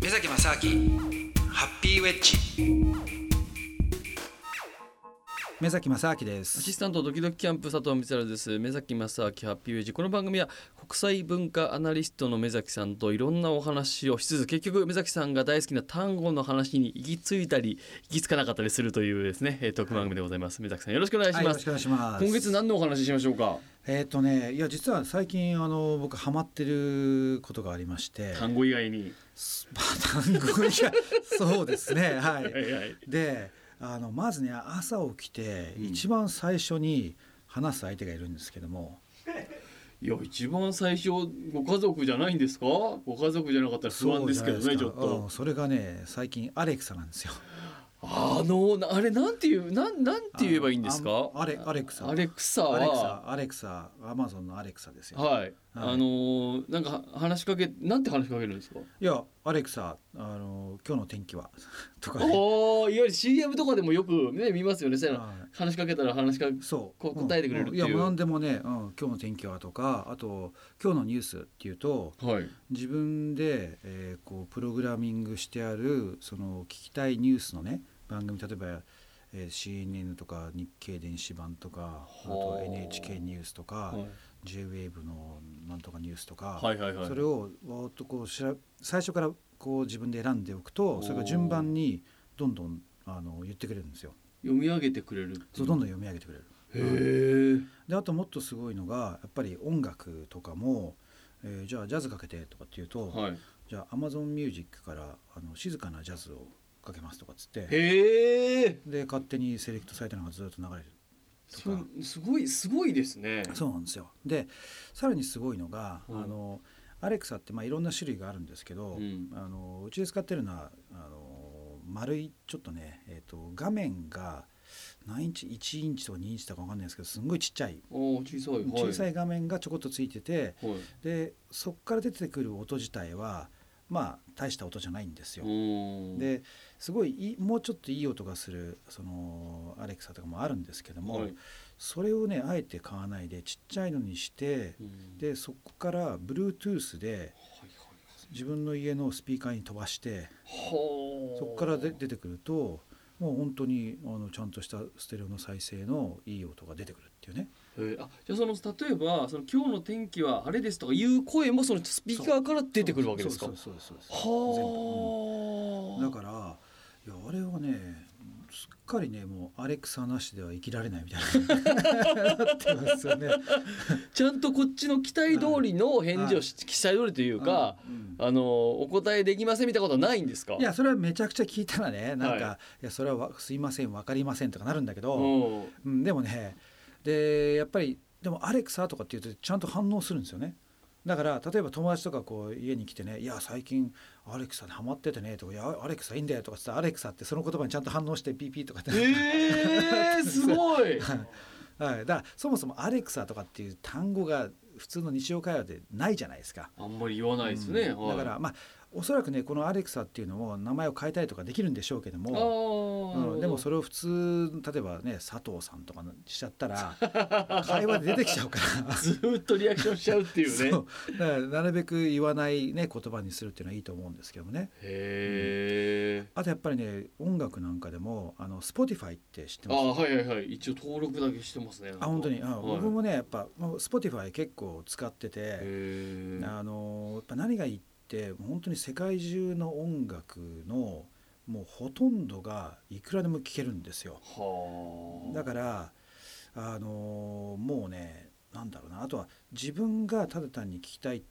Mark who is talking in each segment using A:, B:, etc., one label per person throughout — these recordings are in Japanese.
A: 目崎正明ハッピーウェッジ目崎正明で
B: アシ
A: す
B: スタントドキドキキャンプ佐藤光です目崎正明ハッピーウェイジこの番組は国際文化アナリストの目崎さんといろんなお話をしつつ結局目崎さんが大好きな単語の話に行き着いたり行き着かなかったりするというですねえートーク番組でございます、目崎さんよろしくお願いし
A: はいよ
B: ま
A: ろし
B: す、
A: くお願いします
B: 今月何のお話ししましょうか
A: えーっ、とねいや実は最近あの僕ハマってることがありまして
B: 単語以外に
A: まあ単語いや そうですねはい
B: はいはい
A: であのまずね朝起きて
B: うん
A: 一番最初に話す相手がいるんですけども、
B: いや一番最初ご家族じゃないんですかご家族じゃなかったら不安ですけど
A: そう
B: ね
A: じ
B: ち
A: ゃない
B: ょっ
A: すかう
B: と
A: んそれがね最近アレクサなんですよ
B: あのなあれなんていうなんなんて言えばいいんですか
A: ああれアレクサ
B: アレクサは
A: アレクサアレクサアマゾンのアレクサですよ、
B: はい、あのーなんかは話しかけなんて話しかけるんですか
A: い、やアレクサあの今日の天気は とかね
B: おおいわゆる CM とかでもよくね見ますよねそういうの
A: は
B: 話しかけたら話しかけ
A: いそう
B: こ答えてくれるっていうん
A: やもう何でもね、うん「今日の天気は」とかあと「今日のニュース」っていうと
B: はい
A: 自分で、えーこうプログラミングしてあるその聞きたいニュースのね番組例えば、えー CNN とか日経電子版とかあ
B: ほ
A: と
B: う
A: NHK ニュースとか、JWAVE のなんとかニュースとか、
B: はいはいはい
A: それをわーっとこうしら最初からこう自分で選んでおくとそれが順番にどんどんあの言ってくれるんですよ。
B: 読み上げてくれる
A: そうどんどん読み上げてくれる。
B: へえ
A: であともっとすごいのがやっぱり音楽とかも、えーじゃあジャズかけてとかっていうと、
B: はい
A: じゃあ Amazon ミュージックからあの静かなジャズをかけますとかっつって
B: へえ
A: で勝手にセレクトされたのがずっと流れる。
B: すすごいすごいですね
A: そうなんですよでさらにすごいのが、
B: うん
A: あのアレクサってまあいろんな種類があるんですけど、
B: うん
A: あのうちで使ってるのはあの丸いちょっとね、えー、と画面が何インチ1インチとか2インチとか分かんないですけどすんごいちっちゃい
B: おー小さいはい
A: 小さ
B: い
A: い画面がちょこっとついてて
B: はい
A: でそっから出てくる音自体はまあ大した音じゃないんですよ。
B: おー
A: ですごいいいもうちょっといい音がするそのアレクサとかもあるんですけども、
B: はい
A: それをねあえて買わないでちっちゃいのにして
B: うん
A: でそこから Bluetooth で
B: はいはい
A: 自分の家のスピーカーに飛ばして
B: ほー
A: そこからで出てくるともう本当にあのちゃんとしたステレオの再生のいい音が出てくるっていうね
B: えーあじゃあその例えばその今日の天気は晴れですとかいう声もそのスピーカーから出てくるわけですか。
A: そ
B: は
A: うそうそうそうそう全部う
B: あ、
A: んだからいやあれはねすっかりねもうアレクサなしでは生きられないみたいななってますよね。
B: ちゃんとこっちの期待通りの返事をし、期待通りというか、
A: うん
B: あのお答えできませんみたいなことはないんですか。
A: いやそれはめちゃくちゃ聞いたらねなんか、、
B: はい
A: やそれはわすいませんわかりませんとかなるんだけど、
B: うん、
A: うん、でもねでやっぱりでも「アレクサ」とかって言うとちゃんと反応するんですよね。だから例えば友達とかこう家に来てね「いや最近アレクサでハマっててね」とか「いやアレクサいいんだよ」とかって言ったらアレクサ」ってその言葉にちゃんと反応して「ピーピー」とかって、
B: えー、すごい。
A: はい、だからそもそも「アレクサ」とかっていう単語が普通の日常会話でないじゃないですか。
B: あんまり言わないですね。
A: うん
B: はい、
A: だからまあおそらくねこの「アレクサ」っていうのも名前を変えたりとかできるんでしょうけど
B: あ
A: も。
B: ー、
A: うん、でもそ
B: れ
A: れを普通例えばね佐藤さんとかしちゃった ら会話で出てきちゃうから
B: ずーっとリアクションしちゃうっていうね。
A: そうだからなるべく言わない、ね、言葉にするっていうのはいいと思うんですけどもね
B: へえ。
A: あとやっぱりね音楽なんかでもあの Spotify って知って
B: あ
A: ます
B: ーはいはいはい一応登録だけしてますね。なんか
A: あ本当に、あ
B: はい
A: 僕もねやっぱもう Spotify 結構使ってて、
B: へー
A: あのやっぱ何がいいってもう本当に世界中の音楽のもうほとんどがいくらでも聴けるんですよ
B: はあ。
A: だからあのもうねなんだろうなあとは自分がただ単に聞きたいっ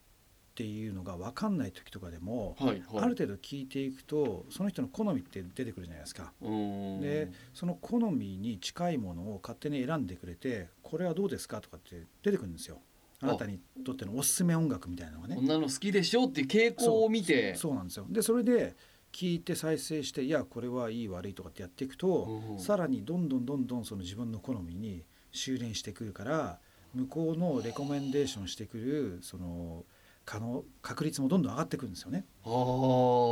A: ていうのが分かんない時とかでも、
B: はいはい、
A: ある程度聞いていくとその人の好みって出てくるじゃないですか。
B: うーん
A: でその好みに近いものを勝手に選んでくれてこれはどうですかとかって出てくるんですよ。あ
B: あ
A: なたにとってのおすすめ音楽みたいなのがね。
B: こんなの好きでしょっていう傾向を見て
A: そうなんですよでそれで聞いて再生していやこれはいい悪いとかってやっていくと、
B: うん
A: さらにどんどんどんどんその自分の好みに修練してくるから向こうのレコメンデーションしてくるその可能確率もどんどん上がってくるんですよね。
B: あ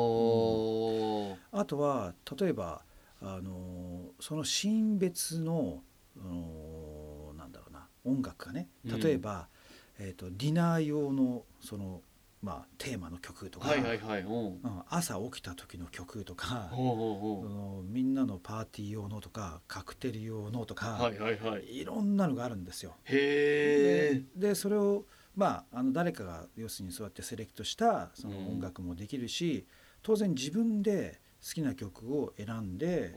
B: ー
A: あとは例えばあのそのシーン別のあのなんだろうな音楽がね
B: うん
A: 例えば、えー、とディナー用のそのまあ、テーマの曲とか、
B: はいはいはいうん
A: うん、朝起きた時の曲とか、
B: ほうほ
A: そう
B: ほ
A: のみんなのパーティー用のとかカクテル用のとか、
B: うはいはいはい
A: い、ろんなのがあるんですよ。
B: へえ
A: ででそれを、まあ、あの誰かが要するにそうやってセレクトしたその
B: うん
A: 音楽もできるし、当然自分で好きな曲を選んで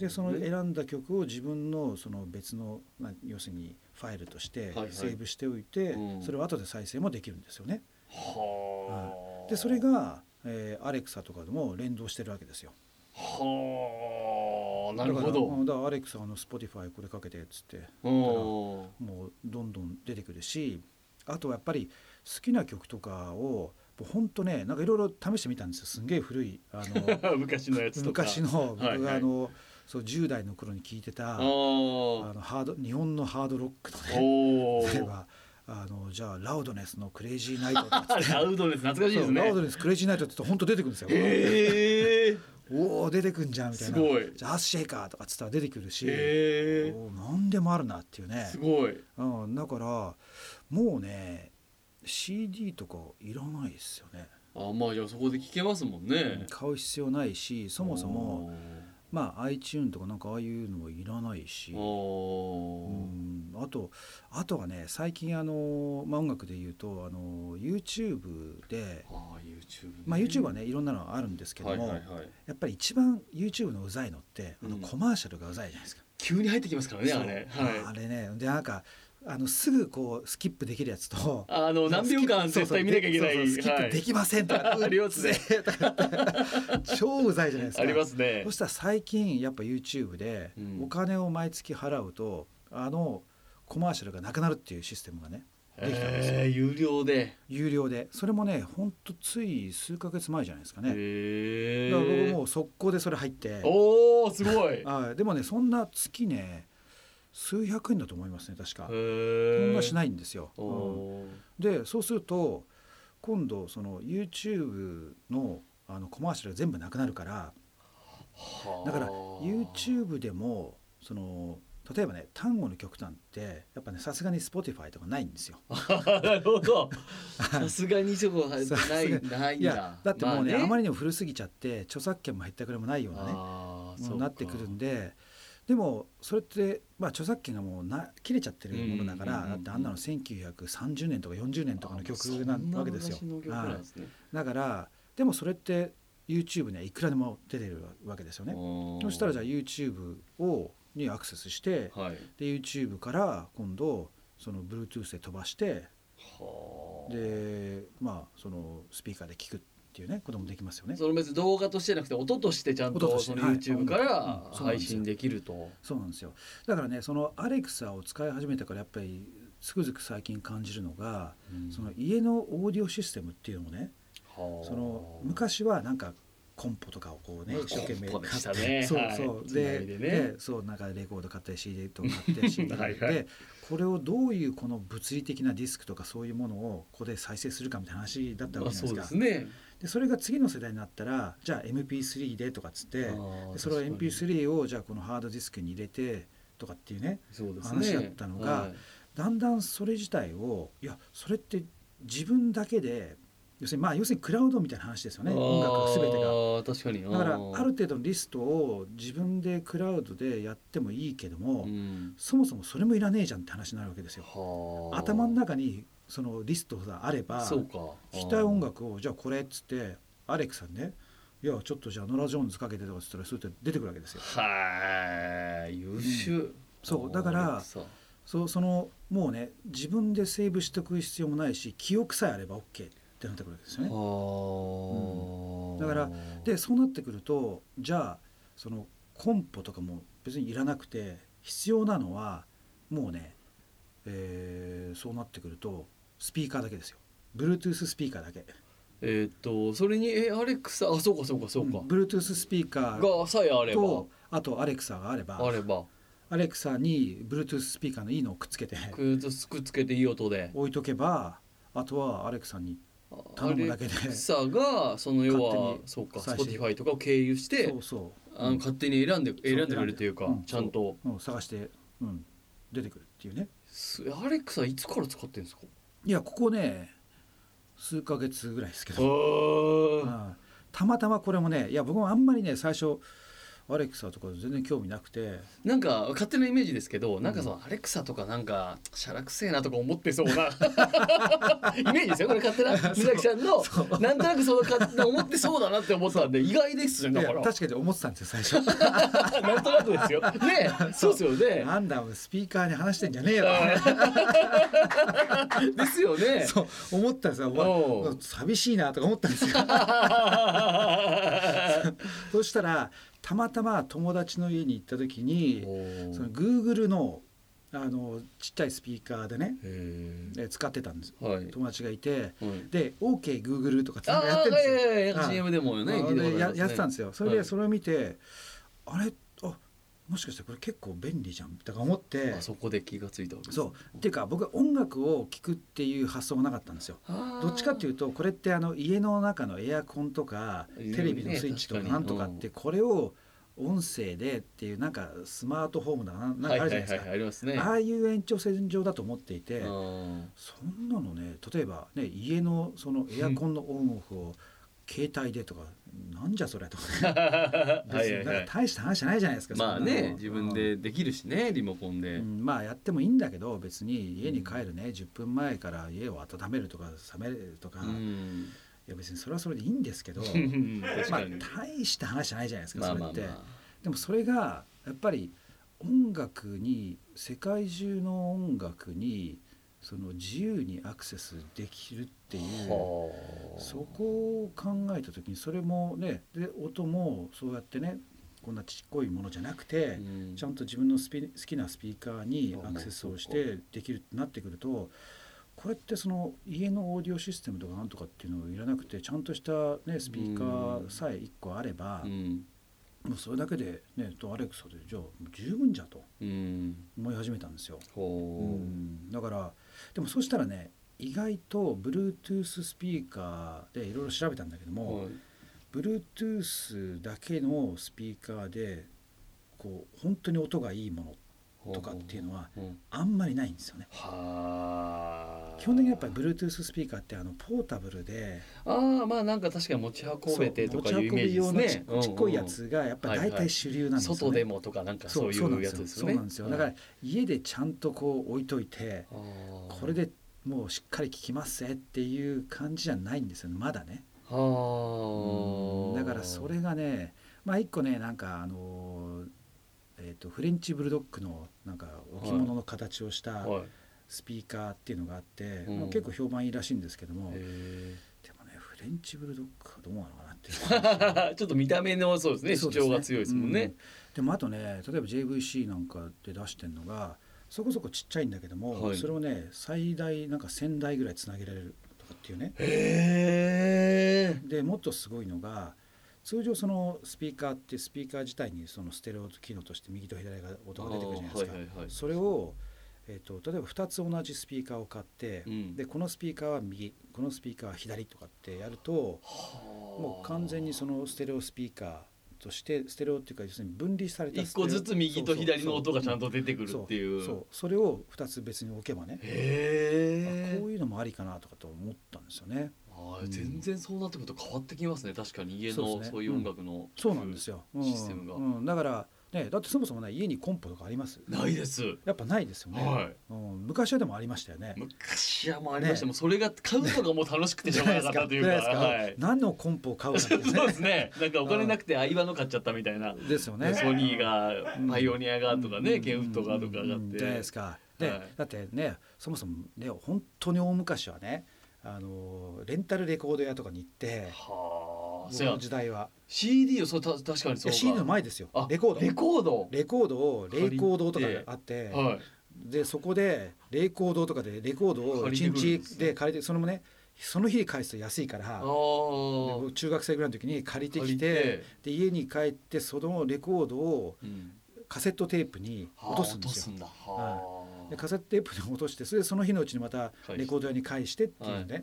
A: でその選んだ曲を自分のその別の、まあ、要するにファイルとして
B: はいはい
A: セーブしておいて、
B: うん
A: それを後で再生もできるんですよね。
B: はあ
A: でそれが、えー、アレクサとかでも連動してるわけですよ。
B: はあなるほ
A: だから
B: ど
A: うんだからアレクサあの Spotify これかけてっつって
B: うん
A: もうどんどん出てくるしあとはやっぱり好きな曲とかをもうほんとねなんかいろいろ試してみたんですよすんげえ古いあの
B: 昔 のやつとか
A: 昔の
B: はい
A: 僕
B: は
A: が
B: い
A: あのそう10代の頃に聴いてたあ
B: ああお
A: のハード日本のハードロックとね
B: お
A: 例えばあのじゃあラウドネスの「クレイジーナイト」とかっつって
B: ラウドです 懐かしいで
A: そ
B: す
A: うラウド
B: ね
A: ネスクレイジーナイトって言うとほんと出てくるんですよ。
B: へえ
A: おお出てくんじゃんみたいな
B: すごい
A: じゃあアースシェイカーとかっつったら出てくるし、
B: へえ
A: おー何でもあるなっていうね
B: すごい
A: うん、だからもうね CD とかいらないですよね、
B: あまあじゃあそこで聞けますもんね
A: 買う必要ないしそもそも、まあ iTune とかなんかああいうのもいらないし
B: お
A: う
B: お
A: んあとあとはね最近あの、まあ、音楽で言うとあの YouTube で、
B: ああ YouTube ね
A: まあ、YouTube はねいろんなのあるんですけども、
B: はいはいはい
A: やっぱり一番 YouTube のうざいのってあ
B: う
A: の
B: ん
A: コマーシャルがうざいじゃないですか。
B: 急に入ってきますからね
A: そう
B: あれはい
A: あれねでなんかあのすぐこうスキップできるやつと
B: あの何秒間絶対見なきゃいけない
A: そうそうスキップできませんとか、
B: はいありますね
A: うっせーとか超うざいじゃないです
B: はい
A: か
B: ありますね
A: そしたら最近やっぱ YouTube で
B: うん
A: お金を毎月払うと、あのコマーシャルがなくなるっていうシステムがねできたんですよ、
B: えー有料で
A: 有料でそれもねほんとつい数ヶ月前じゃないですかね、
B: へ
A: だから僕
B: え
A: もう速攻でそれ入って
B: おおすごいへ
A: あでもねそんな月ね数百円だと思いますね確か、そん
B: え
A: なし
B: い
A: ないんですよ、
B: お
A: うん
B: お
A: でそうすると今度その YouTube のあのコマーシャルが全部なくなるから
B: はあ
A: だから YouTube でもその例えばね単語の曲なんてやっぱねさすがに Spotify とかないんですよ。
B: なるほどさすがにそこはない
A: さすがに
B: ないん
A: いやだ
B: だ
A: ってもうね,、あ、まり
B: り
A: にも古すぎちゃって著作権も入ったくれもないようなねものになってくるんででもそれって、まあ、著作権がもうな切れちゃってるものだから、
B: うんうんうん
A: だ
B: うん
A: ってあんなの1930年とか40年とかの曲なわけですよ。はいだからでもそれって YouTube にはいくらでも出てるわけですよね。そしたらじゃあ YouTube をにアクセスして
B: あはい
A: で YouTube から今度その Bluetooth で飛ばして
B: はあ
A: でまあそのスピーカーで聞くっていうねこともできますよね。
B: その別に動画としてじゃなくて音としてちゃんと
A: 音として
B: その
A: はい
B: YouTube から
A: うんそうなん
B: 配
A: ですよ
B: 信できると。
A: そうなんですよだからねその Alexa を使い始めたからやっぱりつくづく最近感じるのがその家のオーディオシステムっていうのもねその昔はなんかコンポとかをこうね
B: まあ
A: 一生懸命
B: コンポで
A: 買
B: し
A: ったて、
B: ね
A: そう
B: はい
A: そう、
B: つない
A: で
B: でね
A: でそうなんかレコード買ったり CD とか買って CD 買っ
B: はいは
A: てこれをどういうこの物理的なディスクとかそういうものをここで再生するかみたいな話だった
B: ま
A: わ
B: あ
A: けじ
B: そ
A: ゃな
B: う
A: いで
B: ですす
A: か。
B: ね。
A: でそれが次の世代になったらじゃあ MP3 でとかっつってでそれを MP3 をじゃあこのハードディスクに入れてとかっていうね
B: そうですね
A: 話だったのが
B: はい
A: だんだんそれ自体をいやそれって自分だけで要するにまあ要するにクラウドみたいな話ですよね音楽が全てが。
B: あー確かに。
A: だからあ
B: あー
A: る程度のリストを自分でクラウドでやってもいいけども、
B: うん
A: そもそもそれもいらねえじゃんって話になるわけですよ。
B: はあ
A: 頭の中にそのリストがあれば
B: そう
A: 聴
B: か。
A: きたい音楽をじゃあこれっつってアレクさんねいやちょっとじゃあノラ・ジョーンズかけてとかっつったらそうやって出てくるわけですよ。
B: はい優秀。
A: そうだから
B: あーそう
A: そうそのもうね自分でセーブしておく必要もないし記憶さえあれば OK ってなってくるわけですよね。
B: はあ
A: だからでそうなってくるとじゃあそのコンポとかも別にいらなくて必要なのはもうね、えーそうなってくるとスピーカーだけですよ Bluetooth スピーカーだけ
B: えーっとそれにえアレクサあそうかそうかそうか。
A: ん Bluetooth スピーカー
B: がさえあれば
A: とあとアレクサがあれば
B: あれば
A: アレクサに Bluetooth スピーカーのいいのをくっつけて
B: くっくっつけていい音で
A: 置いとけばあとはアレクサに頼むだけで
B: アレクサがその要は
A: 勝手に
B: そうか
A: 再生
B: Spotify とかを経由して
A: そうそ
B: あの勝手に選んで選んでくれるというか
A: うん
B: ちゃんと
A: う、うん、探して、うん、出てくるっていうね
B: すアレクサいつから使ってんですか
A: いやここね数ヶ月ぐらいですけど、
B: おー
A: うんたまたまこれもねいや僕もあんまりね最初アレクサとか全然興味なくて
B: なんか勝手なイメージですけどなんかそのアレクサとかなんかしゃらくせえなとか思ってそ うなイメージですよこれ勝手な水崎さんのなんとなくそう勝手な思ってそうだなって思ったんで意外ですよ
A: い
B: ね
A: や
B: だから
A: 確かに思ってたんですよ最初
B: なんとなくですよ。ね え、そうですよね。
A: なんだスピーカーに話してんじゃねえよ
B: ですよ ね。
A: そう思ったんですよ
B: お
A: わ
B: う
A: 寂しいなとか思ったんですよ そしたらたまたま友達の家に行った時にその Google のあのちっちゃいスピーカーでね
B: へ
A: え使ってたんです
B: えはい。
A: 友達がいて
B: はい
A: で OKGoogle、とかってな
B: あ
A: んかやってる
B: あ、
A: んですよ
B: はいはいは
A: はい
B: い、CM でもよね。
A: あ
B: 聞いたことあ
A: で
B: り
A: や
B: ますね
A: やってたんですよそれ
B: は
A: で
B: い
A: それを見て、あれあもしかしてこれ結構便利じゃんとか思って
B: あそこで気がついたわけです。
A: そうっていうか僕は音楽を聴くっていう発想もなかったんですよどっちかって
B: い
A: いうとこれってあの家の中のエアコンとか
B: うん
A: テレビのスイッチとか
B: ね
A: なんとかってこれを音声でっていうなんかスマートホームだななんかあ
B: はい
A: る
B: はい
A: じゃないで
B: はい
A: すか
B: はい、ありますね。
A: ああいう延長線上だと思っていて
B: うん
A: そんなのね例えばね家のそのエアコンのオンオフを携帯でとかなんじゃそれとかね
B: は
A: 別
B: い
A: に
B: はい
A: な
B: は
A: ん
B: い。
A: か大した話じゃないじゃないですか。
B: まあ
A: そんなの
B: ね、自分、でできるしね、リモコン
A: う
B: で。
A: んまあやってもいいんだけど別に家に帰るね、10分前から家を温めるとか冷めるとか、
B: う
A: い
B: ん。
A: や別にそれはそれでいいんですけど
B: 確
A: ま
B: か
A: あ
B: に。
A: 大した話じゃないじゃないですか、
B: まあまあ
A: それって、
B: ま
A: でもそれがやっぱり音楽に世界中の音楽にその自由にアクセスできるっていう
B: あ。はあ
A: そこを考えた時にそれもねで音もそうやってねこんなちっこいものじゃなくて、
B: うん
A: ちゃんと自分のスピ好きなスピーカーに
B: あ
A: アクセスをし
B: まあそ
A: てできるってなってくるとこれってその家のオーディオシステムとかなんとかっていうのをいらなくてちゃんとした、ね、スピーカーさえ1個あれば、
B: うん。
A: もうそれだけで、ね、とアレクサでじゃあ十分じゃと
B: うん。
A: 思い始めたんですよ。う
B: ほう。
A: んだからでもそうしたらね意外と Bluetooth スピーカーでいろいろ調べたんだけども、
B: はい
A: Bluetooth だけのスピーカーでこう本当に音がいいものとかっていうのは
B: うん
A: あんまりないんですよね。
B: はあ
A: 基本的にやっぱり Bluetooth スピーカーってあのポータブルで
B: ああまあなんか確かに持ち運べてとか
A: そう
B: いう
A: 持
B: イ
A: ち
B: メー
A: 運
B: ジ
A: び
B: です
A: 用のち
B: ね
A: っちっこいやつがやっぱ大体主流なんですよね。
B: 外でもとかなんかそういうやつですよ
A: そ
B: ね
A: うなんですよ。だから家でちゃんとこう置いといて、
B: あー
A: これでもうしっかり聞きますぜっていう感じじゃないんですよね。まだね。
B: あー
A: だからそれがね、まあ一個ねなんかあのえっ、とフレンチブルドッグのなんか置物の形をした
B: はい
A: スピーカーっていうのがあって、
B: うん
A: まあ、結構評判いいらしいんですけども、で
B: へ
A: もねフレンチブルドッグはどうなのかなっていう。
B: ー ちょっと見た目のそうです ね
A: そ
B: 主
A: うですね
B: 張が強いですもんね、
A: うんでもあとね例えば JVC なんかで出してるのがそこそこちっちゃいんだけども、
B: はい
A: それをね最大なんか1000台ぐらいつなげられるとかっていうね
B: へえ
A: でもっとすごいのが通常そのスピーカーってスピーカー自体にそのステレオ機能として右と左が音が出てくるじゃないですか、
B: はいはいはい
A: それを、えー、と例えば2つ同じスピーカーを買って、
B: うん
A: でこのスピーカーは右このスピーカーは左とかってやるともう完全にそのステレオスピーカーとしてステレオっていうか要するに分離された
B: 一個ずつ右と左の音がちゃんと出てく
A: 出
B: るっていう
A: そうそうそれを2つ別に置けばね、あ
B: へえ
A: こういうのもありかなとかと思ったんですよね
B: あー全然そうなってくると変わってきますね確かに家
A: そうです
B: の
A: ね
B: そういう音楽の
A: そうなんですよ、うん
B: システムが
A: うん、だからねだってそもそもね家にコンポとかあります
B: ないです
A: やっぱないですよね、
B: はい
A: うん、昔はでもありましたよね
B: 昔はもうありました、
A: ね
B: もうそれが買うのがもう楽しくてしょうがなかったというか
A: じゃないです
B: はい
A: 何のコンポを買うなんてね
B: そうですねなんかお金なくて相場の買っちゃったみたいな、
A: ですよね
B: ソニーが
A: うん
B: パイオニアがとかね、ケンフットがとか
A: うんうん
B: があ
A: う
B: っ
A: んうん
B: て、
A: じゃないですかで、
B: はい
A: だってねそもそもね本当に大昔はねあのレンタルレコード屋とかに行って
B: はあ
A: 僕
B: そうや
A: の時代は
B: CD をそうた確かに
A: い
B: そう
A: や
B: か
A: CD の前ですよ
B: あ
A: レコード
B: レコード
A: レコードをレイコードとかがあって
B: はい
A: でそこでレイコードとかでレコードを
B: 借りて
A: 1
B: くるんです
A: 日で借りてそれもねその日に返すと安いから
B: あ
A: で
B: ー
A: 僕中学生ぐらいの時に借りて
B: 借
A: き
B: り
A: てで
B: て
A: 家に帰ってそのレコードを
B: うん
A: カセットテープに
B: は
A: 落
B: あ
A: とすんですよ。
B: 落とすんだはあ
A: でカセットテープに落としてそれでその日のうちにまた
B: 返して
A: レコード屋に返してっていうので、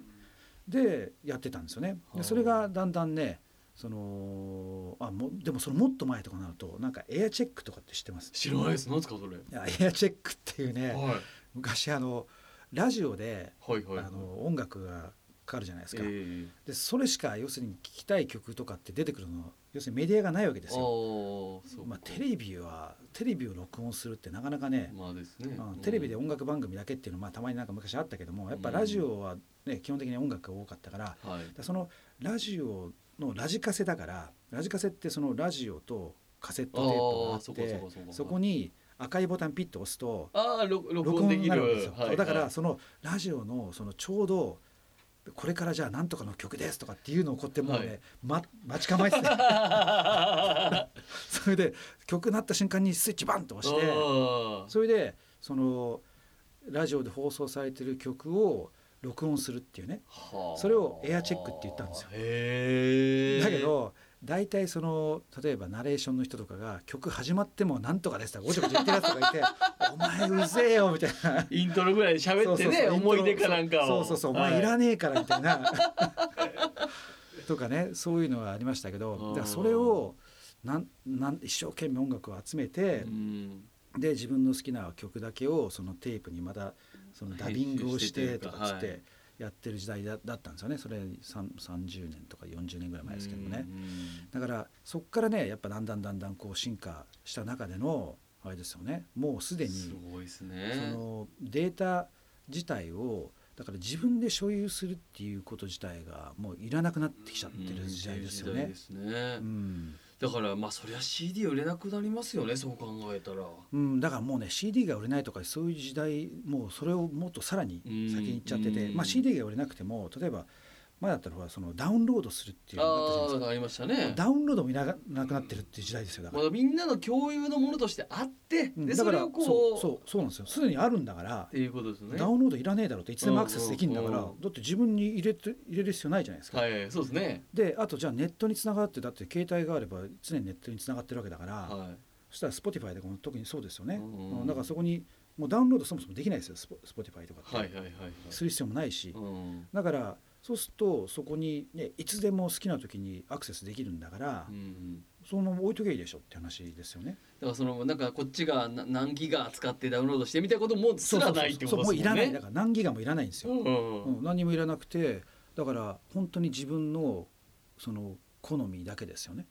A: でやってたんですよね。でそれがだんだんねそのあもでもそのもっと前とかになるとなんかエアチェックとかって知ってます
B: 知らないです何ですかそれ、
A: いやエアチェックっていうね
B: はい
A: 昔あのラジオで、
B: はいはい
A: あの音楽がかかるじゃないですか、
B: え
A: でそれしか要するに聞きたい曲とかって出てくるの要するにメディアがないわけで
B: え
A: す
B: ああ
A: よ。
B: そう
A: まあ、テレビはテレビを録音するってなかなかね、
B: まあですね、
A: うん、テレビで
B: うん
A: 音楽番組だけっていうのは、まあ、たまになんか昔あったけどもやっぱ
B: うん
A: ラジオは、ね、基本的に音楽が多かったから
B: はい
A: でそのラジオのラジカセだからラジカセってそのラジオとカセットテープがあ
B: あーそこ
A: って
B: そこそこ
A: そこに赤いボタンピッと押すと
B: ああ録録
A: 録
B: 音
A: 音
B: で
A: に
B: き
A: な
B: る
A: るわけですよ、
B: はいはい
A: だからそのラジオのそのちょうどこれからじゃあなんとかの曲ですとかっていうのをこうやってもうね、
B: はい
A: ま、待ち構えてて それで曲鳴った瞬間にスイッチバンと押して
B: ああ
A: それでそのラジオで放送されてる曲を録音するっていうね
B: はあ
A: それをエアチェックって言ったんですよ
B: へえ
A: だけど大体その例えばナレーションの人とかが曲始まっても「なんとかです」とかごちゃごちゃ言ってるやつとかい て「お前うぜえよ」みたいな。
B: イントロぐらいで喋って
A: そう
B: ね
A: そうそう
B: 思い出かなんかを
A: そうそうそうお前いらねえからみたい な、とかねそういうのはありましたけど
B: うん
A: だからそれをなんなん一生懸命音楽を集めて
B: い、うん
A: で自分の好きな曲だけをそのテープにまたそのダビングをしてとかっつっ
B: 編集してという
A: てやってる時代だだったんですよねそれさん30年とか40年ぐらい前ですけどもね。
B: うん
A: だからそこからねやっぱだんだんだんだんこう進化した中でのあれですよねもうすでに
B: すごいですね
A: そのデータ自体をだから自分で所有するっていうこと自体がもういらなくなってきちゃってる時代ですよ
B: うん
A: ね。
B: 時代ですね
A: うん
B: だからまあそりゃ CD 売れなくなりますよねそう考えたら
A: うん、だからもうね CD が売れないとかそういう時代もうそれをもっとさらに先に行っちゃってて、
B: うん
A: まあ、CD が売れなくても例えば前だったらほらそのダウンロードするっていうのがあったじゃない
B: あ
A: で
B: あありました
A: すか
B: ね
A: ダウンロードもいらなくなってるっていう時代ですよだから
B: ま。だみんなの共有のものとしてあって
A: うん
B: で
A: だ
B: そ
A: か
B: れ
A: ら
B: をこう
A: そうそうそうなんですよすでにあるんだから
B: っていうことですね
A: ダウンロードいらねえだろうっていつでもアクセスできるんだから、
B: うんうんうん
A: だって自分に入れて入れる必要ないじゃないですか、
B: はいそうですね
A: であとじゃあネットにつながってだって携帯があれば常にネットにつながってるわけだから、
B: は
A: そしたら Spotify でこの特にそうですよね、
B: うんうん
A: うんだからそこにもうダウンロードそもそもできないですよスポ Spotify とかっ
B: い
A: て、
B: はいはいはいはい
A: する必要もないし、
B: うん
A: だからそうするとそこに、ね、いつでも好きな時にアクセスできるんだから、
B: うん
A: そのまま置いとけばいいでしょって話ですよね。
B: だからそのなんかこっちがな何ギガ使ってダウンロードしてみたいなこともすらないってこ
A: そう
B: と
A: もう
B: です
A: い
B: も
A: ら
B: ん
A: ないだ
B: ね。
A: から何ギガもいらないんですよ。
B: うん
A: うん、何もいらなくてだから本当に自分のその好みだけですよね。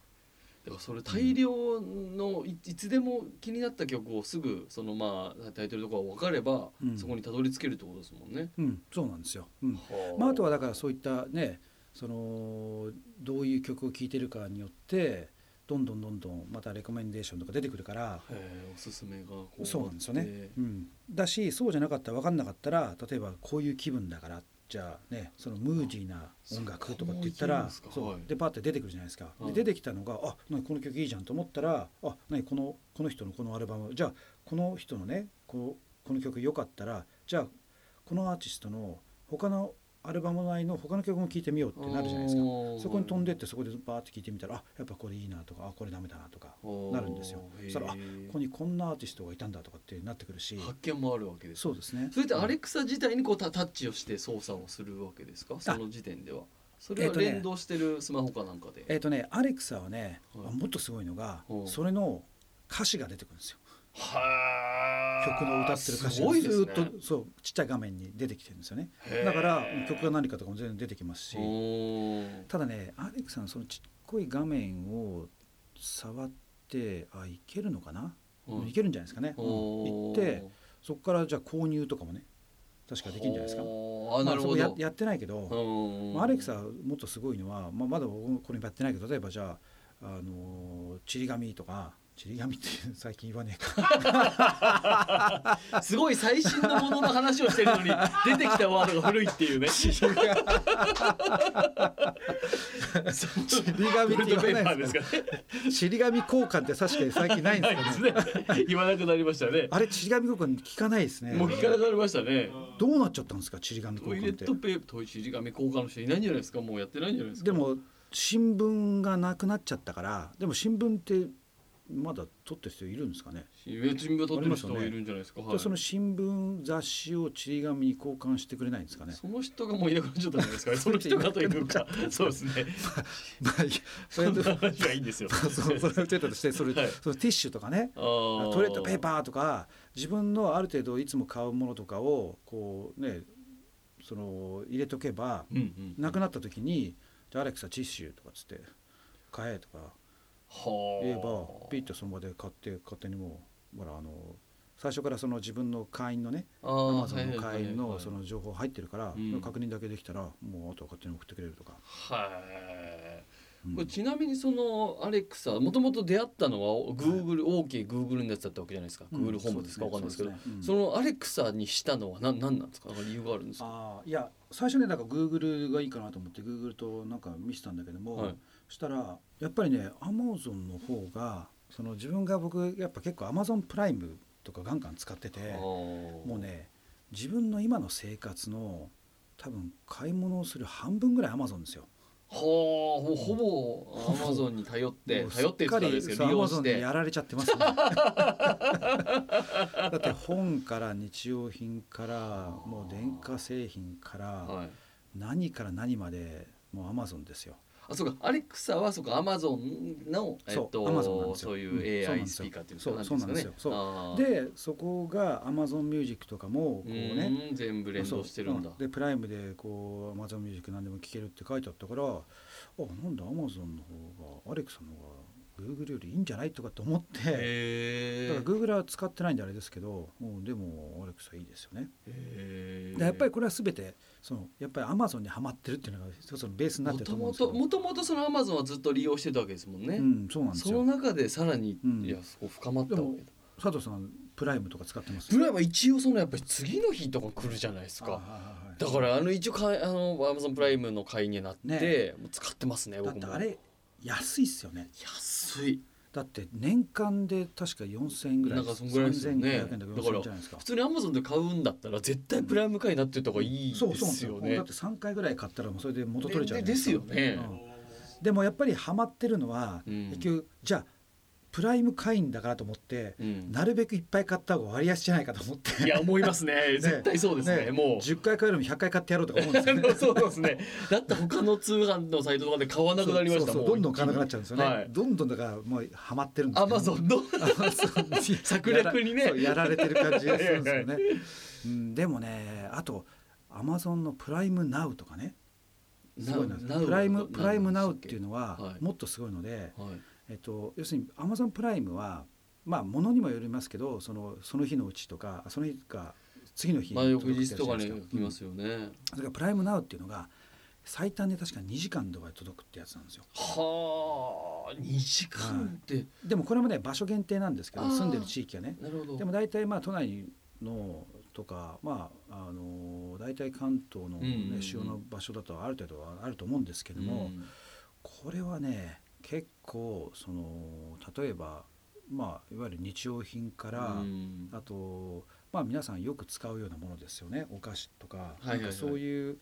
B: だからそれ大量のいいつでも気になった曲をすぐそのまあタイトルとか分かれば
A: うん
B: そこにたどり着けるってことですもんね。
A: うん、そうなんですよ。うん、まああとはだからそういったね、そのどういう曲を聴いてるかによってどんどんどんどんまたレコメンデーションとか出てくるから、
B: へえおすすめがこ
A: そうなんですよね。
B: あ
A: うん、だしそうじゃなかったら分かんなかったら例えばこういう気分だから。じゃあね、そのムーディーな音楽とかって言ったら
B: そう
A: そう
B: こういう気分ですかはい
A: でパッて出てくるじゃないですか、
B: はい
A: で出てきたのが「あなんかこの曲いいじゃん」と思ったら「あ何このこの人のこのアルバムじゃあこの人のねこうこの曲よかったらじゃあこのアーティストの他のアルバム内の他の曲も聴いてみようってなるじゃないですか
B: か
A: そこに飛んでってそこでバーって聴いてみたら「あやっぱこれいいな」とか「あこれダメだな」とかなるんですよそしたらあここにこんなアーティストがいたんだとかってなってくるし
B: 発見もあるわけです。
A: そうですね
B: それってアレクサ自体にこうタタッチをして操作をするわけですかその時点では。それ
A: え
B: は
A: っとね
B: 連動してるスマホかなんかで。
A: えっ、とねアレクサはね、
B: はい
A: もっとすごいのが、
B: うん
A: それの歌詞が出てくるんですよ
B: はあ
A: 曲の歌ってる歌詞
B: すごいです
A: ず
B: ね
A: ーっとそうちっちゃい画面に出てきてるんですよね
B: へー
A: だから曲が何かとかも全然出てきますし
B: おー
A: ただねアレクサのそのちっこい画面を触ってあいけるのかな、
B: うん
A: いけるんじゃないですかね、うん行
B: おー
A: ってそこからじゃあ購入とかもね確かできるんじゃないですか
B: ほーあなるほ
A: まあ、
B: ど
A: そこややってないけど、まあ、アレクサはもっとすごいのは、まあ、まだ僕もこれもやってないけど例えばじゃあ、あのー、ちり紙とかちり紙って 最近言わねえか
B: すごい最新のものの話をしてる のに出てきたワードが古いっていうね。 そう
A: ちり紙
B: ブ
A: って言
B: ルートペー
A: わ
B: パ
A: ない
B: ー
A: で
B: ですす
A: か
B: かね。
A: ちり紙交換って確かに最近ないんで
B: な
A: す
B: い
A: よね
B: ですね。言わなくなりましたね。
A: あれちり紙交換聞かないですね
B: もう聞かなくなりましたね。
A: どうなっちゃったんですかちり紙
B: ト
A: 交
B: イレ
A: 換
B: ッ
A: って
B: トペーパー、トイレ紙交換の人いないんじゃないですか。もうやってないんじゃないですか。
A: でも新聞がなくなっちゃったからでも新聞ってまだ取ってる人いるんですかね
B: 新聞取ってる人もいるんじゃないですか。はい
A: でその新聞雑誌をちり紙に交換してくれないんです かね
B: その人がもういなくなっちゃったんじゃないですか ね。その人がというか、 そうですね。
A: まあいいやそ
B: そ
A: れ
B: ん
A: と
B: な話はいいんで すよ。
A: そうそうそれを言ってたとしてそれ、
B: はい
A: そのティッシュとかね
B: あー
A: トイレットペーパーとか自分のある程度いつも買うものとかをこうねその入れとけば
B: うんうん
A: なくなった時に「じゃあアレクサティッシュ」とかっつって「買え」とか
B: はあ
A: 言えばピッとその場で買って勝手にもうほらあの最初からその自分の会員のね
B: あ
A: ア
B: ー
A: マゾンの
B: はい
A: 会員
B: はい
A: の
B: はい
A: その情報入ってるから
B: うん
A: 確認だけできたらもうあとは勝手に送ってくれるとか、
B: はい
A: うん
B: これちなみにそのアレクサもともと出会ったのは Google、OK Google のやつだったわけじゃないですか、
A: うん
B: Google ホームですかわかんないですけど
A: そ
B: そ,、
A: うねうん
B: のアレクサにしたのは何なんなんですかなんか理由があるんですか
A: あーいや最初ねなんか Google がいいかなと思って Google となんか見せたんだけども、
B: はい
A: そしたらやっぱりね Amazon の方がその自分が僕やっぱ結構 Amazon プライムとかガンガン使ってても
B: も
A: うね自分の今の生活の多分買い物をする半分ぐらい Amazon ですよ。
B: ほうほぼアマゾンに頼って
A: もう
B: 頼ってって言ったらあれですけど利
A: ア
B: 用
A: マゾ
B: し
A: ンで
B: て
A: やられちゃって ます、ね、だって本から日用品からもう電化製品から
B: はい、
A: 何から何までもうアマゾンですよ。
B: あそうかアレクサはそうかアマゾンのえっ
A: そう
B: と
A: Amazon なんですよ
B: そ
A: う
B: う
A: んそうな
B: い
A: ん
B: う
A: で
B: AI
A: す
B: ス
A: よ
B: ピーカーっていうん
A: そう
B: ですかなんですかね
A: そう
B: あー
A: でそこが Amazon ミュージックとかもこう
B: う
A: ね
B: ーん全部連動してるんだ
A: そううでプライムでこう Amazon ミュージック何でも聴けるって書いてあったからあなんだ Amazon の方が Alexa の方が Google よりいいんじゃないとかと思ってだ
B: へ
A: から
B: え
A: Google は使ってないんであれですけどうんでも Alexa いいですよね。
B: へ
A: で
B: ー
A: やっぱりこれは全てそのやっぱり Amazon にはまってるっていうのが一つのベースになっ
B: も
A: てると
B: と
A: 思うん
B: も
A: ですけ
B: と
A: ど
B: もともとそのアマゾンはずっと利用してたわけですもんね、
A: うん、そうなんです
B: そ
A: よ
B: の中でさらに、
A: うん
B: いやそこ深まったわけだ
A: 佐藤さんプライムとか使ってます
B: プライムは一応そのやっぱり次の日とか来るじゃないです
A: あは
B: か
A: いはいはい
B: だからあの一応かいあのアマゾンプライムの会員になって、
A: ね
B: もう使ってますね
A: だっ
B: 僕
A: て
B: も
A: あれ安いっすよね
B: 安い
A: だって年間で確か4000円ぐらい
B: なんかそんぐらいですよね
A: 3500円とか4000円じゃないですか
B: 普通にアマゾンで買うんだったら絶対プライム会員になってた方がいい
A: そう
B: で
A: そう
B: すよね、
A: だって3回ぐらい買ったらもうそれで元取れちゃう
B: でですよね、
A: うんでもやっぱりハマってるのは、
B: うん
A: 結局じゃあプライム会員だからと思って、
B: うん
A: なるべくいっぱい買った方が割安じゃないかと思って
B: いや思いますね絶対そうですねもう
A: 10回買うよりも100回買ってやろうとか思うんですよね
B: そうですね。だって他の通販のサイトとかで買わ なくなりまし
A: そうそ
B: た
A: うそ
B: も
A: うどんどん買わなくなっちゃうんですよね、
B: はい
A: どんどんだからもうハマってるんです
B: ア
A: けど
B: マゾンの 策略にね
A: やらそうやられてる感じがするんですよ ねうんでもねあとアマゾンのプライムナウとかねすごいなプライムプライムナウっていう
B: の。
A: のは
B: はい
A: もっとすごいので、
B: はい。
A: えっと、要するにアマゾンプライムはまあものにもよりますけどそのその日のうちとかその日か次の日
B: まあ翌日と
A: 届
B: か
A: くって
B: に
A: やつじゃないですう
B: 来ますよね。
A: んそれからプライムナウっていうのが最短で確か2時間とかで届くってやつなんですよ
B: はあ、二時間って。
A: でもこれもね場所限定なんですけど
B: あー
A: 住んでる地域はね
B: なるほど。
A: でも大体まあ都内のとか、まあ、あの大体関東の、ね
B: うんうんうん
A: 主要の場所だとある程度はあると思うんですけど
B: うん
A: も、これはね結構その例えば、まあ、いわゆる日用品から、
B: うん
A: あと、まあ、皆さんよく使うようなものですよねお菓子とか,、
B: いはいはい
A: なんかそういう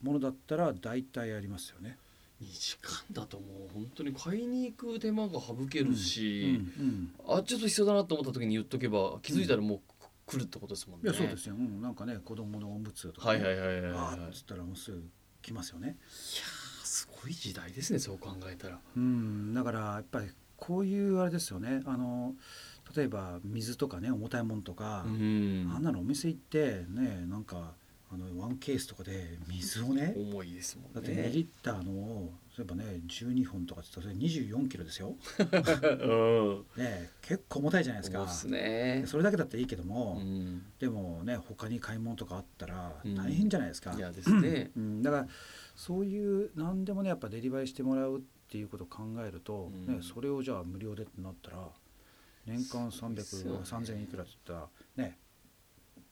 A: ものだったら大体ありますよね。
B: 二時間だともう本当に買いに行く手間が省ける
A: うん
B: し、
A: うん
B: あちょっと必要だなと思った時に言っとけば気づいたらもう来るってことですもん
A: い
B: ね。
A: やそうですよ、うん、なんかね子供のおむつとか
B: は
A: ね、
B: いはいはいはい
A: あー
B: は
A: っ
B: い
A: つ。ったらもうすぐ来ますよね。
B: いやーすごい時代ですねそう考えたら。
A: うん、だからやっぱりこういうあれですよねあの例えば水とかね重たいものとか、あんなのお店行ってねなんかあのワンケースとかで水をね
B: 重いですも
A: だ
B: ん
A: って2
B: ね。
A: リッターのをそういえばね12本とかって言ったらそれ24キロですよ、ね
B: うん。
A: え、結構重たいじゃないです
B: そう
A: か
B: ですね。
A: それだけだったらいいけど
B: う
A: も、
B: ん。
A: でもね他に買い物とかあったら
B: うん
A: 大変じゃないですか、
B: いやです ね。
A: うん、だからそういう何でもねやっぱデリバリーしてもらうっていうことを考えると、
B: うん
A: ね、それをじゃあ無料でってなったら年間
B: そうです
A: 300、
B: よね
A: 3000いくらって言ったらね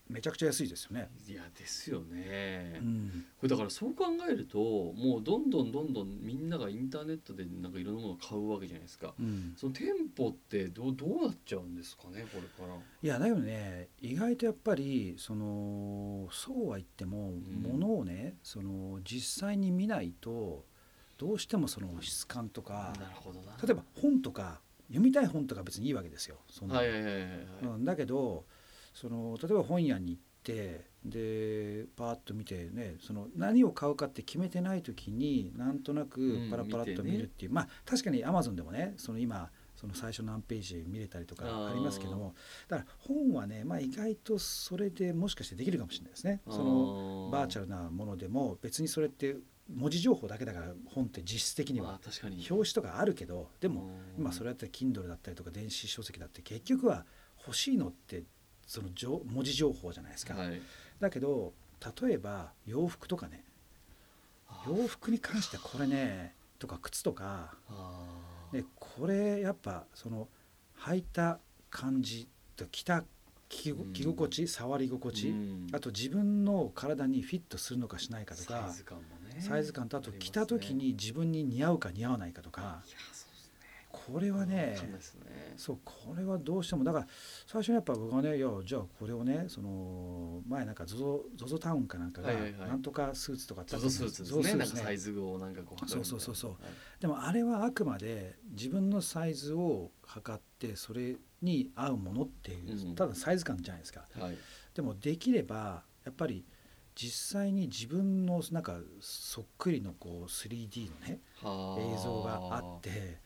A: めちゃくちゃ安いですよね。
B: いやですよね。
A: うん
B: これだからそう考えるともうどんどんどんどんみんながインターネットでなんかいろんなものを買うわけじゃないですか。
A: うん、
B: その店舗ってどうどうなっちゃうんですかねこれから。
A: いやだけどね意外とやっぱりそのそうは言っても、
B: ん
A: 物をねその実際に見ないとどうしてもその質感とか
B: なるほどな。
A: 例えば本とか読みたい本とか別にいいわけですよ。そんなの
B: はいはいはいはいはい。
A: うん、だけどその例えば本屋に行ってでパーッと見てねその何を買うかって決めてない時になんとな
B: う
A: く
B: ん
A: パラパラっと
B: 見てね
A: 見るっていう、まあ確かにアマゾンでもねその今その最初何ページ見れたりとかありますけどもだから本はね、まあ、意外とそれでもしかしてできるかもしれないですね。その
B: の
A: バーチャルなものでも別にそれって文字情報だけだから本って実質的には
B: あー確かに
A: 表紙とかあるけどでも
B: うん
A: 今それだったら Kindle だったりとか電子書籍だって結局は欲しいのってその情文字情報じゃないですか、
B: はい、
A: だけど例えば洋服とかね
B: あー
A: 洋服に関してはこれねとか靴とか
B: あー
A: でこれやっぱその履いた感じと着た着
B: うん
A: 着心地触り心
B: う
A: 地
B: ん
A: あと自分の体にフィットするのかしないかと
B: サ
A: か
B: イズ感もね
A: サイズ感とあと
B: りますね
A: 着た時に自分に似合うか似合わないかと
B: いや
A: か
B: そうですね
A: これはね
B: わかんないですね
A: そうこれはどうしてもだから最初にやっぱ僕はねいやじゃあこれをねその前なんか ZOZO タウンかなんかが
B: はいはいはい
A: なんとかスーツとかって
B: ゾ
A: あった
B: ゾ
A: じゃな
B: ス
A: い
B: ーツで
A: か
B: すねなん
A: ゾゾスーツ
B: かサ
A: ね
B: イズをなんかこう測るみたいな
A: そうそうそうそ
B: はい
A: でもあれはあくまで自分のサイズを測ってそれに合うものっていう、
B: うん
A: ただサイズ感じゃないですか
B: はい、
A: でもできればやっぱり実際に自分のなんかそっくりのこう 3D のね映像があってて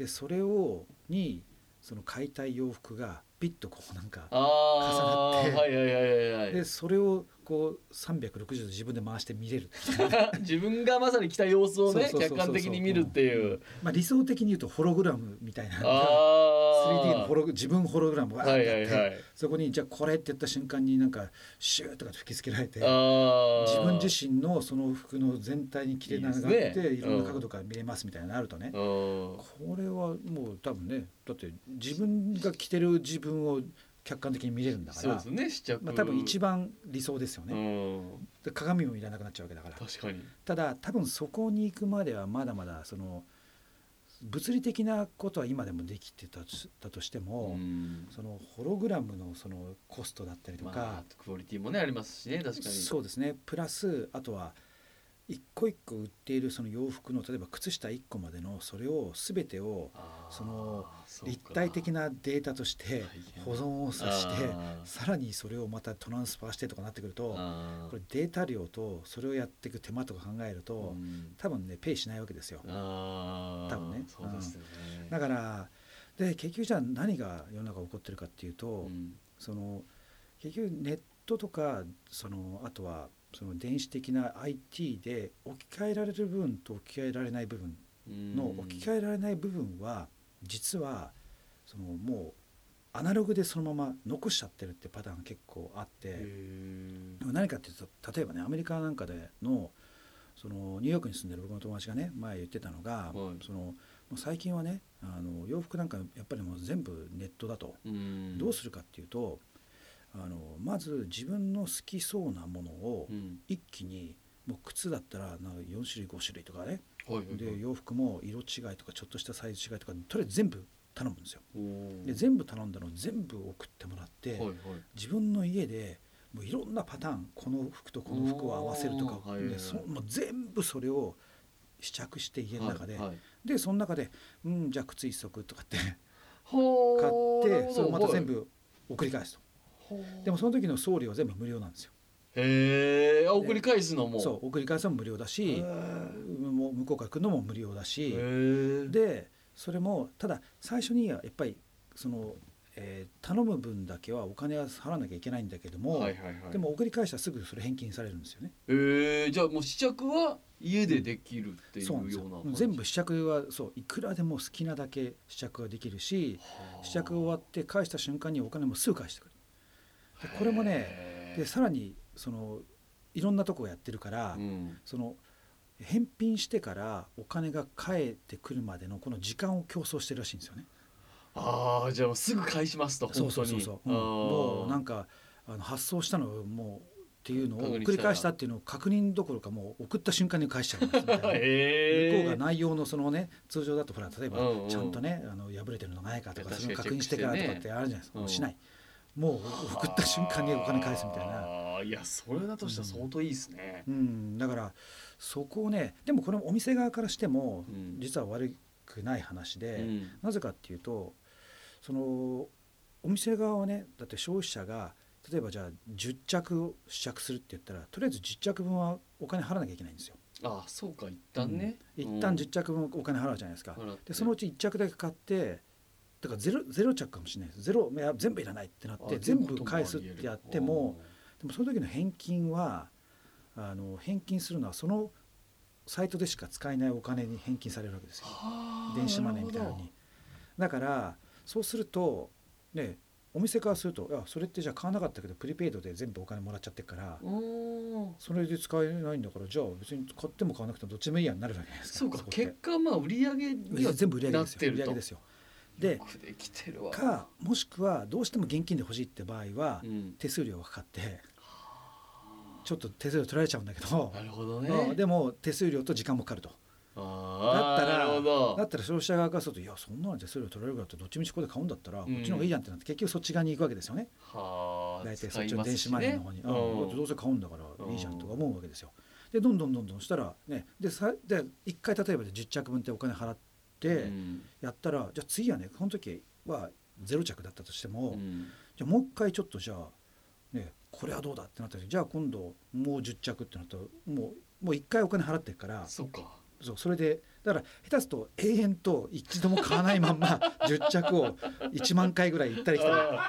A: でそれをにその買いたい洋服がピッとこうなんか
B: あー
A: 重なって
B: はいはいはいはい
A: でそれをこう360度自分で回して見れる
B: はい 自分がまさに着た様子
A: そう
B: をね
A: そうそうそ
B: 客
A: う
B: 観的に見るっていう、
A: まあ理想的に言うとホログラムみたいな 3D
B: ああ
A: のホログ自分ホログラムがあって、
B: はいはいはい
A: そこにじゃあこれって言った瞬間になんかシューとか吹きつけられて
B: あー
A: 自分自身のその服の全体に切れ長があっ
B: いいですね
A: ていろん
B: う
A: な
B: ん
A: 角度から見れますみたいになるとね
B: うん
A: これはもう多分ねだって自分が着てる自分を客観的に見れるんだか
B: そうで
A: ら
B: す、ね試着、
A: まあ、多分一
B: 番
A: 番理想ですよね
B: うん
A: で鏡もいらなくなっちゃうわけだから
B: 確かに
A: ただ多分そこに行くまではまだまだその物理的なことは今でもできてたとしだとしても、
B: ん
A: そのホログラムのそのコストだったりとか、
B: まあ、クオリティもねありますしね確かに
A: そうですねプラスあとは一個一個売っているその洋服の例えば靴下一個までのそれを全てを
B: あー
A: その
B: そうか
A: 立体的なデータとして保存をさして
B: あー
A: さらにそれをまたトランスファーしてとかなってくると
B: あー
A: これデータ量とそれをやっていく手間とか考えると
B: うん
A: 多分ねペイしないわけですよ
B: あー
A: 多分ね
B: そうですよね、
A: だからで結局じゃあ何が世の中起こってるかっていうと、
B: うん
A: その結局ネットとかそのあとはその電子的な IT で置き換えられる部分と置き換えられない部分の
B: うん
A: 置き換えられない部分は実はそのもうアナログでそのまま残しちゃってるってパターンが結構あっ
B: へ
A: て
B: ー
A: でも何かっていうと例えばねアメリカなんかでのそのニューヨークに住んでる僕の友達がね前言ってたのが、
B: はい
A: そのもう最近はねあの洋服なんかやっぱりもう全部ネットだと。
B: うん
A: どうするかっていうとあのまず自分の好きそうなものを
B: うん
A: 一気にもう靴だったらなんか4種類5種類とかね
B: はいはいはい
A: で洋服も色違いとかちょっとしたサイズ違いとかとりあえず全部頼むんですよ。
B: おー
A: で全部頼んだのを全部送ってもらって
B: はいはい
A: 自分の家でもういろんなパターンこの服とこの服を合わせるとか
B: おーはいはいはい
A: でそもう全部それを試着して家の中で、
B: はいはい
A: でその中で「うんじゃあ靴一足」とかって買
B: ほーなる
A: って
B: ほど
A: それをまた全
B: は
A: 部送り返すと。
B: いほー
A: でもその時の送料は全部無料なんですよ。
B: へえ送り返すのも
A: そう送り返すのも無料だ
B: へ
A: し、
B: ー
A: もう向こうから来るのも無料だし、
B: へえ
A: でそれもただ最初にはやっぱりその、えー頼む分だけはお金は払わなきゃいけないんだけども、
B: はいはいはい
A: でも送り返したらすぐそれ返金されるんですよね。
B: えー、じゃあもう試着は家でできるってい
A: そうなん
B: う
A: です
B: よ
A: よ
B: うな
A: もう全部試着はそういくらでも好きなだけ試着ができるし試着終わって返した瞬間にお金もすぐ返してくる。
B: て
A: これもね
B: ね
A: でさらにそのいろんなとこやってるから、
B: うん、
A: その返品してからお金が返ってくるまでのこの時間を競争してるらしいんですよね。
B: ああじゃあもうすぐ返しますと本当
A: そ
B: に
A: うそうそうそう。うん
B: あー
A: もうなんかあの発送したのをもうっていうの
B: 確
A: を
B: 認したら
A: 繰り返したっていうのを確認どころかもう送った瞬間に返しちゃうんですみたい な向
B: へえ
A: こうが内容のそのね通常だとほら例えば
B: うんうん
A: ちゃんとねあの破れてるのないかとか
B: いや
A: その確
B: 確かに
A: 認してからとかってあるじゃないですか、もうしないもう送った瞬間にお金返すみたいな
B: なあーいやそれだとしたら相当いいですね、
A: うん、だからそこをねでもこれもお店側からしても
B: うん
A: 実は悪くない話で、
B: うん
A: なぜかっていうとそのお店側はねだって消費者が例えばじゃあ10着を試着するって言ったらとりあえず10着分はお金払わなきゃいけないんですよ。
B: ああそうか一旦ね、
A: うん一旦
B: 十
A: 10着分お金払うじゃないですか。
B: 払って
A: でそのうち1着だけ買ってだからゼロゼロ着かもしれないですゼロいや全部いらないってなって全部返すってやってもでもその時の返金はあの返金するのはそのサイトでしか使えないお金に返金されるわけですよ電子マネーみたいなのに。だからそうするとねお店からするといやそれってじゃあ買わなかったけどプリペイドで全部お金もらっちゃってるからそれで使えないんだからじゃあ別に買っても買わなくてもどっちでもいいやになるじゃないですか
B: そうか
A: こって
B: 結果まあ売り上げには
A: 全部売り上げ
B: な
A: で
B: っ
A: す
B: て
A: よ売
B: る
A: り上
B: と
A: げですよで
B: よくできてるわ
A: かもしくはどうしても現金で欲しいって場合は
B: うん
A: 手数料がかかってちょっと手数料取られちゃうんだけど
B: なるほど
A: まあ
B: ね
A: でも手数料と時間もかかるとだ
B: あ
A: っ
B: ー
A: た
B: な
A: ら
B: るほ
A: だ
B: ど
A: ったら消費者側からするといやそんなの手数料取られるからってどっちみちここで買うんだったらこ
B: うん
A: っちの方がいいじゃんってなって結局そっち側に行くわけですよね
B: はあ
A: 大体そ
B: 使
A: っ
B: い
A: ちの
B: ます
A: 電子マネーの方に、
B: し
A: う
B: ね
A: んだって
B: う
A: ど
B: ん
A: うせ買うんだからいいじゃんとか思うわけですよ。でどんどんどんどんしたらねでさで1回例えばで10着分ってお金払って
B: うん
A: やったら、じゃあ次はねこの時は0着だったとしても、
B: うん
A: じゃあもう一回ちょっとじゃあ、ね、これはどうだってなった時じゃあ今度もう10着ってなったらもうもう1回お金払ってるから
B: そうか
A: そうそれでだから下手すると永遠と一度も買わないまん ま10着を1万回ぐらい行ったり来たり
B: あ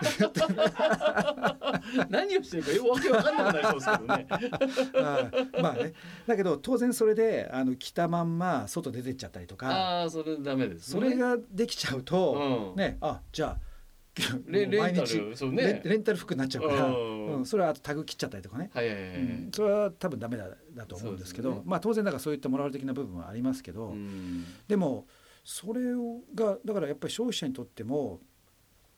B: ー何をしてるかよくわけわかんなくなりそうですけどね。
A: あーまあねだけど当然それであの着たまんま外出てっちゃったりとか
B: ああーそれダメです
A: そ
B: ね。
A: れができちゃうと、
B: うん
A: ねあじゃあ
B: レ
A: もう
B: レンタルそ
A: レ
B: う
A: ン
B: ね。
A: レンタル服になっちゃうから、
B: う
A: うんんそれはあとタグ切っちゃったりとかね、
B: はいはいはいはい。
A: うんそれは多分ダメだだと思うんですけど
B: そうですね
A: まあ当然だからそういったモラル的な部分はありますけど、
B: うん
A: でもそれをがだからやっぱり消費者にとっても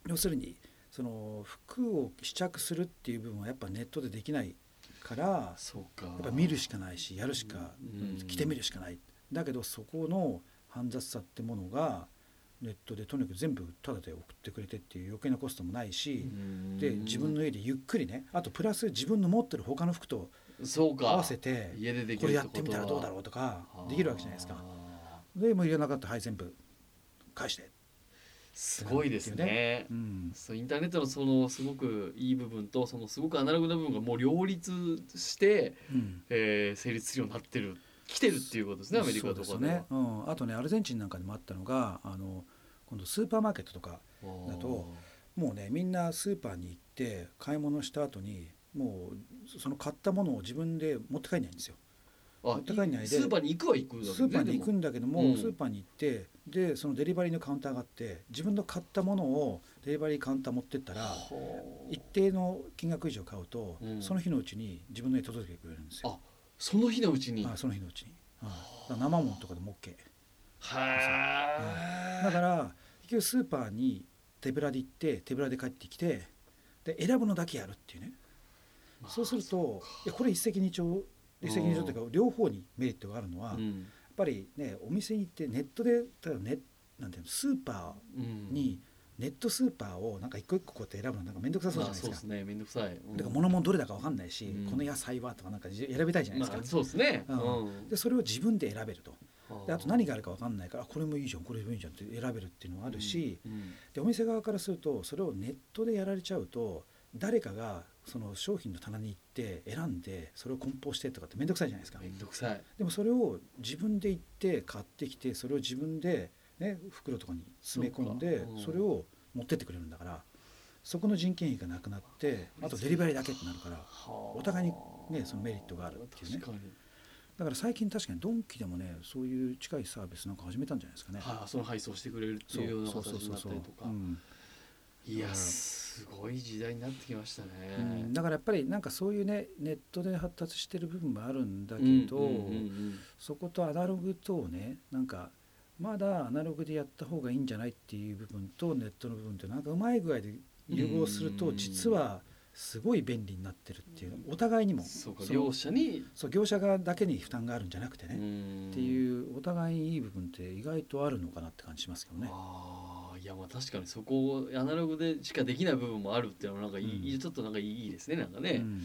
A: 要するにその服を試着するっていう部分はやっぱネットでできないから
B: そうか。
A: やっぱ見るしかないしやるしか、
B: うん
A: 着てみるしかないだけどそこの煩雑さってものがネットでとにかく全部タダで送ってくれてっていう余計なコストもないし、で自分
B: の
A: の家でゆっくりねあとプラス自分の持ってる他の服と
B: そうか
A: 合わせて
B: 家でできる
A: これやってみたらどうだろ
B: う
A: うとかできるわけじゃないですか。でもういらなかったらはい全部返して、
B: すごいですね
A: うん、
B: そうインターネットのそのすごくいい部分とそのすごくアナログな部分がもう両立して、
A: うん
B: えー、成立するようになってる来てるっていうことですねアメリカと
A: そ
B: か
A: う
B: で
A: です
B: は
A: ね、うん、あとねアルゼンチンなんかでもあったのがあの今度スーパーマーケットとかだともうねみんなスーパーに行って買い物した後にもうその買ったものを自分で持って帰んないんですよ。
B: あー
A: 持って帰んないで
B: スーパーに行くは行くだけどね
A: スーパーに行くんだけども、
B: うん
A: スーパーに行ってでそのデリバリーのカウンターがあって自分の買ったものをデリバリーカウンター持ってった
B: でも
A: ら
B: はー
A: 一定の金額以上買うと、
B: うん
A: その日のうちに自分の家に届けてくれるんですよ。
B: その日のうちに
A: あその日のうちに、うんだから生もんとかでも OK
B: は
A: だ
B: ー
A: から結局スーパーに手ぶらで行って手ぶらで帰ってきてで選ぶのだけやるっていうね
B: まあ
A: そうするといやこれ一石二鳥一石二鳥というか両方にメリットがあるのは、
B: う
A: やっ
B: ん
A: ぱりねお店に行ってネットでただねなんていうのスーパ
B: うん
A: ーにネットスーパーをなんか一個一個こうやって選ぶのなんか面倒くさそうじ
B: ま
A: ゃ
B: あ
A: ないです
B: そう
A: か
B: で。すねめんどくさい、うん
A: だから物もどれだか分かんないし、
B: うん
A: この野菜はとかなんかじ選びたいじゃないですか、
B: まあ、そうですね、
A: うん
B: うん
A: でそれを自分で選べるとであと何があるか分かんないからあこれもいいじゃんこれもいいじゃんって選べるっていうのがあるし、
B: うんうん
A: でお店側からするとそれをネットでやられちゃうと誰かがその商品の棚に行って選んでそれを梱包してとかって面倒くさいじゃないですか
B: めんどくさい
A: でもそれを自分で行って買ってきてそれを自分で、ね、袋とかに詰め込んで
B: そうかうん
A: それを持ってってくれるんだからそこの人件費がなくなってあとデリバリーだけってなるから
B: お
A: お互いにねそのメリットがあるっていうね
B: 確かに
A: だから最近確かにドンキでもねそういう近いサービスなんか始めたんじゃないですかね。
B: はあ、その配送してくれるっていうような形になったりとか
A: うん
B: いや
A: うん
B: すごい時代になってきましたね、
A: うんだからやっぱりなんかそういうねネットで発達してる部分もあるんだ
B: だ
A: けど、そことアナログとをねなんかまだアナログでやった方がいいんじゃないっていう部分とネットの部分ってなんかうまい具合で融合する
B: う
A: と
B: ん
A: 実はすごい便利になってるっていうお互いにも
B: そうか
A: その
B: 両者に、
A: そう業者側だけに負担があるんじゃなくてね、
B: ね
A: っていうお互いにいい部分って意外とあるのかなって感じしますけどね。
B: ああいやまあ確かにそこをアナログでしかできない部分もあるっていうのはなんかいい、
A: うん
B: ちょっとなんかいいですねなんかね、
A: うんうん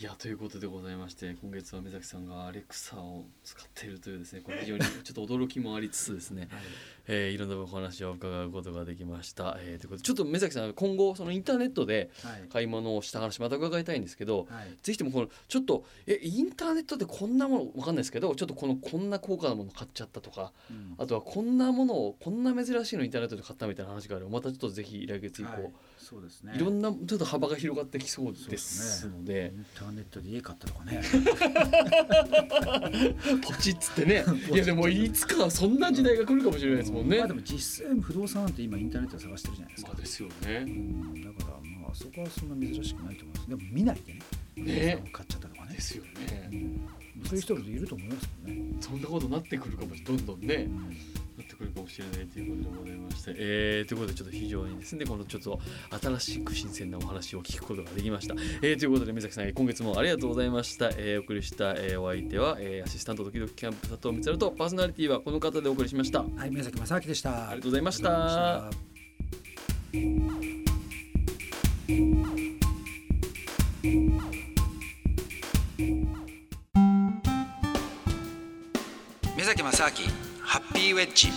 B: いやということでございまして今月は目崎さんがアレクサを使っているというですねこれ非常にちょっと驚きもありつつですね、 えーいろんなお話を伺うことができました。えーということでちょっと目崎さん今後そのインターネットで
A: はい
B: 買い物をした話また伺いたいんですけど、
A: はい
B: ぜひともこのちょっとえインターネットでこんなものわかんないですけどちょっとこのこんな高価なもの買っちゃったとか
A: うん
B: あとはこんなものをこんな珍しいのインターネットで買ったみたいな話があるまたちょっとぜひ来月以降、
A: はいそうですね
B: い、ろんなちょっと幅が広がってきそうです
A: そうですね
B: の
A: イ
B: で
A: ンターネットで家買ったとかね
B: ポチッつってねいやでもいつかそんな時代が来るかもしれないですもんね。
A: まあでも実際不動産なんて今インターネットで探してるじゃないです
B: ま
A: か
B: あ、ですよね。
A: うん、だからまあそこはそんな珍しくないと思いますでも見ないでね
B: ね
A: 買っちゃったとかね
B: ですよね。
A: そういう人もいると思いますもんね、
B: そんなことになってくるかもしどんどんねなってくるかもしれないということでございまして、えー、ということでちょっと非常にですねこのちょっと新しく新鮮なお話を聞くことができました。えー、ということで目崎さん今月もありがとうございました。えー、お送りした、えー、お相手は、えー、アシスタントドキドキキャンプ佐藤光とパーソナリティはこの方でお送りしました。
A: はい宮崎正明でした
B: ありがとうございました
A: ありがとうございました
C: 目崎正明ハッピーウェッジ